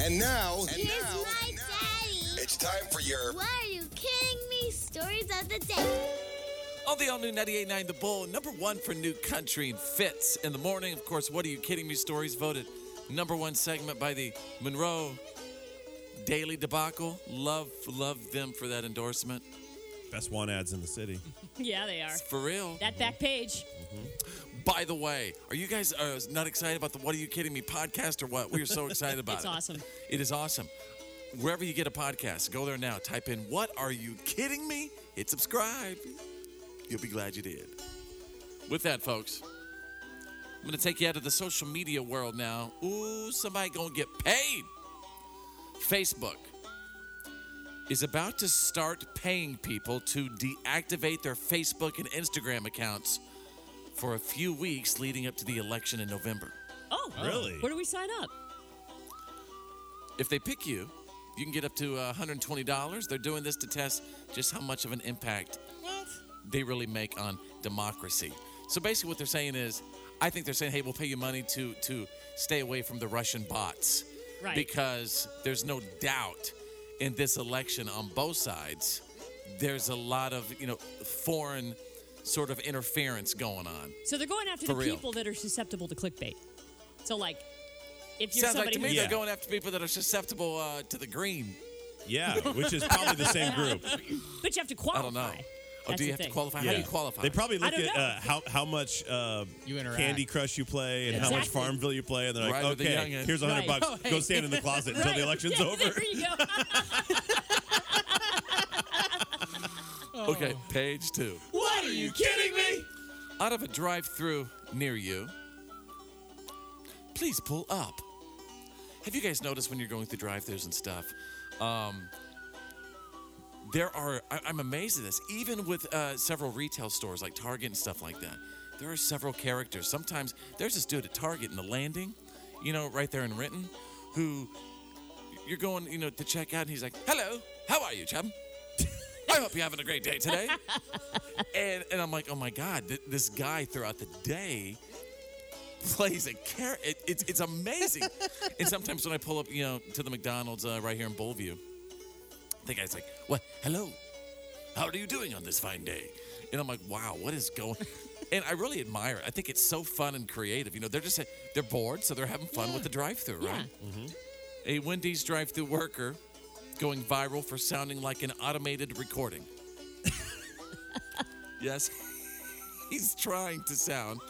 And now, and Here's now, my daddy. it's time for your Why are you kidding me? Stories of the day. On the all new 98.9 The Bull, number one for new country and fits in the morning. Of course, What Are You Kidding Me Stories voted number one segment by the Monroe Daily Debacle. Love, love them for that endorsement. Best one ads in the city. Yeah, they are. It's for real. That back page. By the way, are you guys uh, not excited about the What Are You Kidding Me podcast or what? We are so excited about It's it. awesome. It is awesome. Wherever you get a podcast, go there now. Type in What Are You Kidding Me? Hit subscribe. You'll be glad you did. With that, folks, I'm going to take you out of the social media world now. Ooh, somebody going to get paid. Facebook is about to start paying people to deactivate their Facebook and Instagram accounts for a few weeks leading up to the election in November. Oh, Really? Where do we sign up? If they pick you, you can get up to uh, $120. They're doing this to test just how much of an impact they really make on democracy. So basically, what they're saying is, I think they're saying, hey, we'll pay you money to to stay away from the Russian bots, Right. Because there's no doubt in this election on both sides, there's a lot of you know foreign sort of interference going on. So they're going after For the real. people that are susceptible to clickbait. So like, if you're Sounds like somebody to me who- they're Yeah. going after people that are susceptible uh, to the green. Yeah, which is probably the same group. but you have to I qualify. don't know. Oh, That's do you the have to thing. qualify? How Yeah. do you qualify? They probably I look don't at know. uh, how how much uh, You interact. Candy Crush you play and how much Exactly. Farmville you play, and they're like, Right, or the okay, young'un. here's a hundred Right. bucks. Go stand in the closet until Right. the election's Yeah, over. There you go. Okay, page two. Oh. What are you kidding me? Out of a drive through near you, please pull up. Have you guys noticed when you're going through drive throughs and stuff? Um, there are, I, I'm amazed at this, even with uh, several retail stores like Target and stuff like that, there are several characters. Sometimes there's this dude at Target in the landing, you know, right there in Renton, who you're going, you know, to check out, and he's like, hello, how are you, chum? I hope you're having a great day today. and and I'm like, oh my god, th- this guy throughout the day plays a character. It, it's it's amazing. and sometimes when I pull up, you know, to the McDonald's uh, right here in Bullview, the guy's like, "What? Hello, how are you doing on this fine day?" And I'm like, "Wow, what is going?" and I really admire it. I think it's so fun and creative. You know, they're just they're bored, so they're having fun with the drive-through, right? A Wendy's drive-through worker going viral for sounding like an automated recording. Yes. He's trying to sound,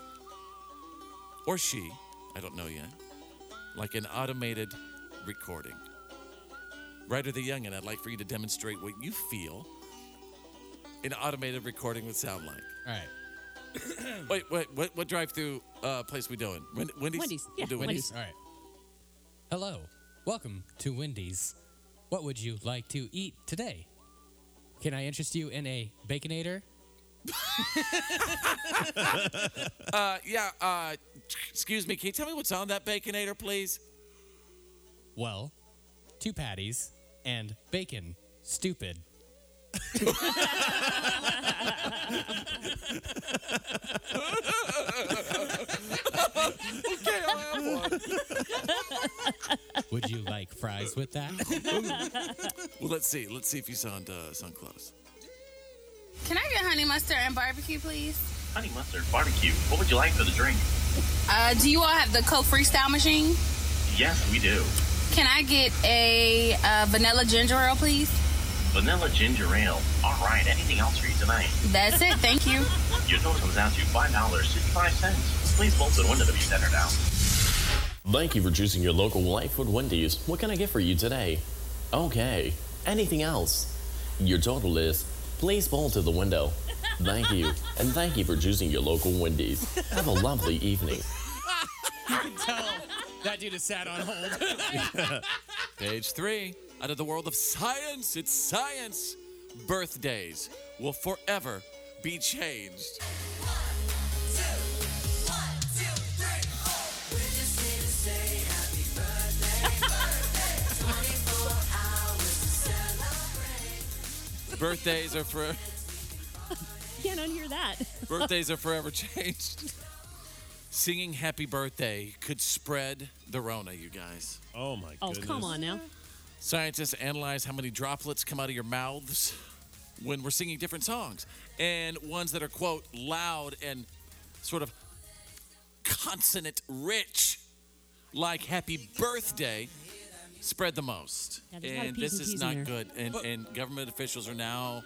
or she, I don't know yet, like an automated recording. Ryder the Youngin, I'd like for you to demonstrate what you feel an automated recording would sound like. All right. Hmm. Wait, wait, what, what drive through uh, place we doing? Wen- Wendy's? Wendy's. We'll Yeah, do Wendy's. All right. Hello. Welcome to Wendy's. What would you like to eat today? Can I interest you in a baconator? Uh, yeah, uh, excuse me, can you tell me what's on that Baconator, please? Well, two patties and bacon. Stupid. Okay, I'll have one. Would you like fries with that? well, let's see. Let's see if you sound, uh, sound close. Can I get honey mustard and barbecue, please? honey mustard barbecue. What would you like for the drink? Uh, do you all have the Coke Freestyle machine? Yes, we do. Can I get a uh, vanilla ginger ale, please? Vanilla ginger ale. All right. Anything else for you tonight? That's it. Thank you. Your total comes out to five dollars sixty-five cents. Please bolt to the window to be centered out. Thank you for choosing your local Lightfoot Wendy's. What can I get for you today? Okay. Anything else? Your total is please bowl to the window. Thank you. And thank you for choosing your local Wendy's. Have a lovely evening. that dude is sat on hold. Page three. Out of the world of science, it's science. Birthdays will forever be changed. Birthdays are for Can't unhear that. birthdays are forever changed. singing happy birthday could spread the Rona, you guys. Oh my Oh, goodness. come on now. Scientists analyze how many droplets come out of your mouths when we're singing different songs and ones that are, quote, loud and sort of consonant rich, like happy birthday, spread the most. Yeah, there's a lot of and P's this and is T's in not there. good. And, and government officials are now.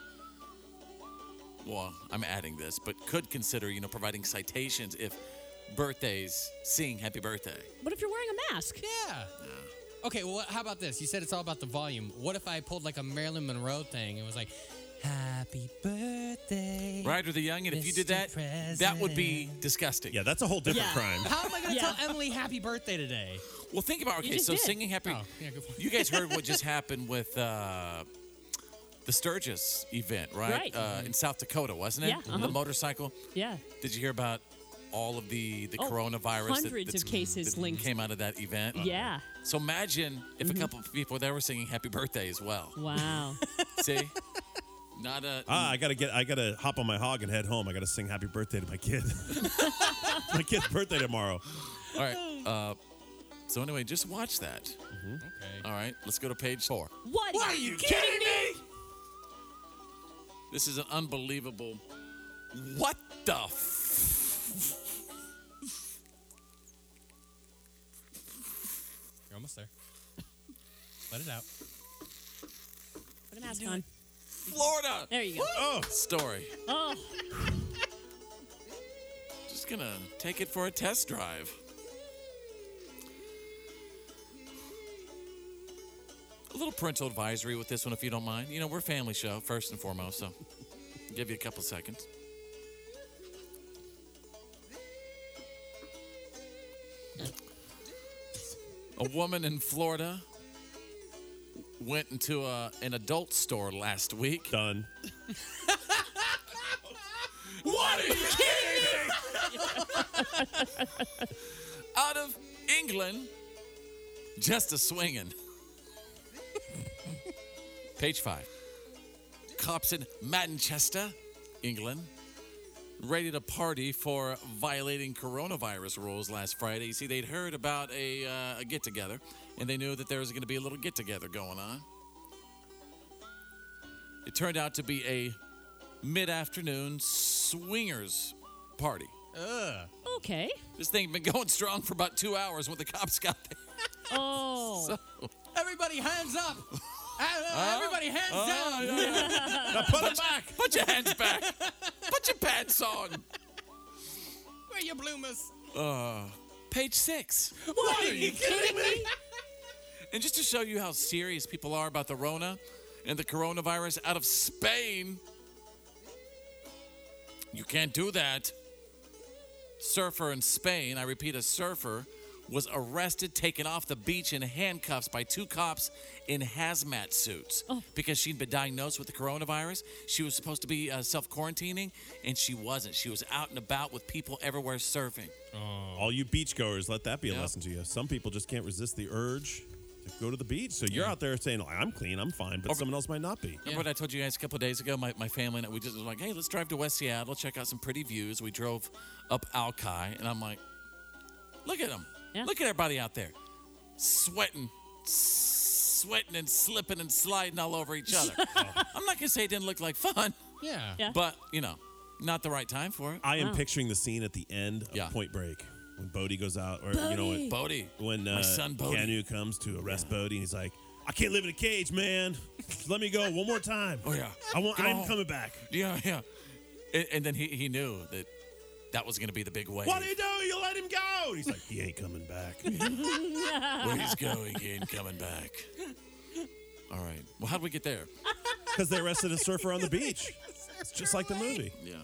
Well, I'm adding this, but could consider, you know, providing citations if birthdays sing happy birthday. What if you're wearing a mask? Yeah. Okay, well, what, how about this? You said it's all about the volume. What if I pulled like a Marilyn Monroe thing and was like, Happy birthday. Right or the young, and if you did that, Mr. that would be President. disgusting. Yeah, that's a whole different Yeah. crime. How am I going to Yeah. tell Emily happy birthday today? Well, think about okay. just So did. singing happy. Oh, yeah, good point. You guys heard what just happened with uh, the Sturgis event, right? Right. Mm-hmm. Uh, in South Dakota, wasn't it? Mm-hmm. Yeah, uh-huh. The motorcycle. Yeah. Did you hear about all of the the Oh, coronavirus? that- hundreds of that's- cases that linked. came out of that event. Yeah. Mm-hmm. So imagine if a couple of people there were singing happy birthday as well. Wow. See. Not a Ah, I gotta get. I gotta hop on my hog and head home. I gotta sing happy birthday to my kid. my kid's birthday tomorrow. all right. Uh, so anyway, just watch that. Okay. All right, let's go to page four. What? Are you kidding me? This is an unbelievable. What the? F- You're almost there. Let it out. Put a mask on. Florida. There you go. Oh, story. Oh, Just gonna take it for a test drive. A little parental advisory with this one, if you don't mind. You know, we're a family show, first and foremost, so give you a couple seconds. A woman in Florida went into a, an adult store last week done. What are you kidding me? Out of England, just a swinging. Page five. Cops in Manchester, England, raided a party for violating coronavirus rules last Friday. You see, they'd heard about a, uh, a get together, and they knew that there was going to be a little get together going on. It turned out to be a mid afternoon swingers party. okay. This thing had been going strong for about two hours when the cops got there. Oh, Everybody hands up. Uh, Everybody hands down. Now put it back. Put your hands back. Put your pants on. Where your bloomers? Page six. what are you kidding me? And just to show you how serious people are about the Rona and the coronavirus out of Spain, you can't do that. Surfer in Spain, I repeat, a surfer was arrested, taken off the beach in handcuffs by two cops in hazmat suits Oh. because she'd been diagnosed with the coronavirus. She was supposed to be uh, self quarantining, and she wasn't. She was out and about with people everywhere surfing. All you beachgoers, let that be a Yeah. lesson to you. Some people just can't resist the urge to go to the beach. So you're Yeah. out there saying, "I'm clean, I'm fine," but someone else might not be. Remember what I told you guys a couple of days ago? My, my family and I, we just was like, hey, let's drive to West Seattle, check out some pretty views. We drove up Alki, and I'm like, look at them. Yeah. Look at everybody out there sweating, sweating and slipping and sliding all over each other. Oh. I'm not going to say it didn't look like fun, Yeah. Yeah. but, you know, not the right time for it. I am picturing the scene at the end of Yeah. Point Break when Bodie goes out, or you know what, Bodie. when uh, my son Bodie. Keanu comes to arrest Bodie, and he's like, "I can't live in a cage, man. Let me go one more time. Oh, yeah. I want. Come I'm on." coming back. Yeah, yeah. And, and then he, he knew that that was going to be the big wave. What do you do? You let him go." And he's like, "He ain't coming back." Where he's going, he ain't coming back. All right. Well, how do we get there? Because they arrested a surfer on the beach. It's just like the movie. Yeah.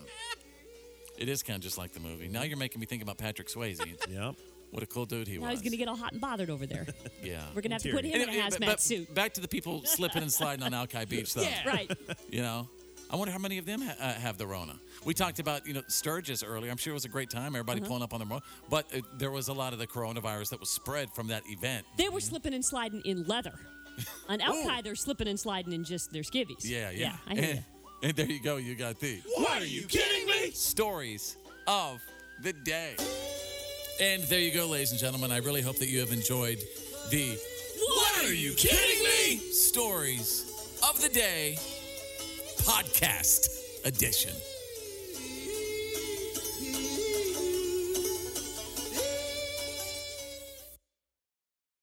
It is kind of just like the movie. Now you're making me think about Patrick Swayze. Yeah. what a cool dude he Now was. he's going to get all hot and bothered over there. yeah. We're going to have to put him in a Anyway, but- hazmat but suit. Back to the people slipping and sliding on Alki Beach, though. Right. You know, I wonder how many of them ha- uh, have the Rona. We talked about you know Sturgis earlier. I'm sure it was a great time. Everybody Uh-huh. pulling up on the Rona, but uh, there was a lot of the coronavirus that was spread from that event. They were slipping and sliding in leather. On Alki, they're slipping and sliding in just their skivvies. Yeah, yeah. I hear and, ya. and there you go. You got the. What are you kidding me? Stories of the day. And there you go, ladies and gentlemen. I really hope that you have enjoyed the What Are You Kidding Me? Stories of the Day podcast edition.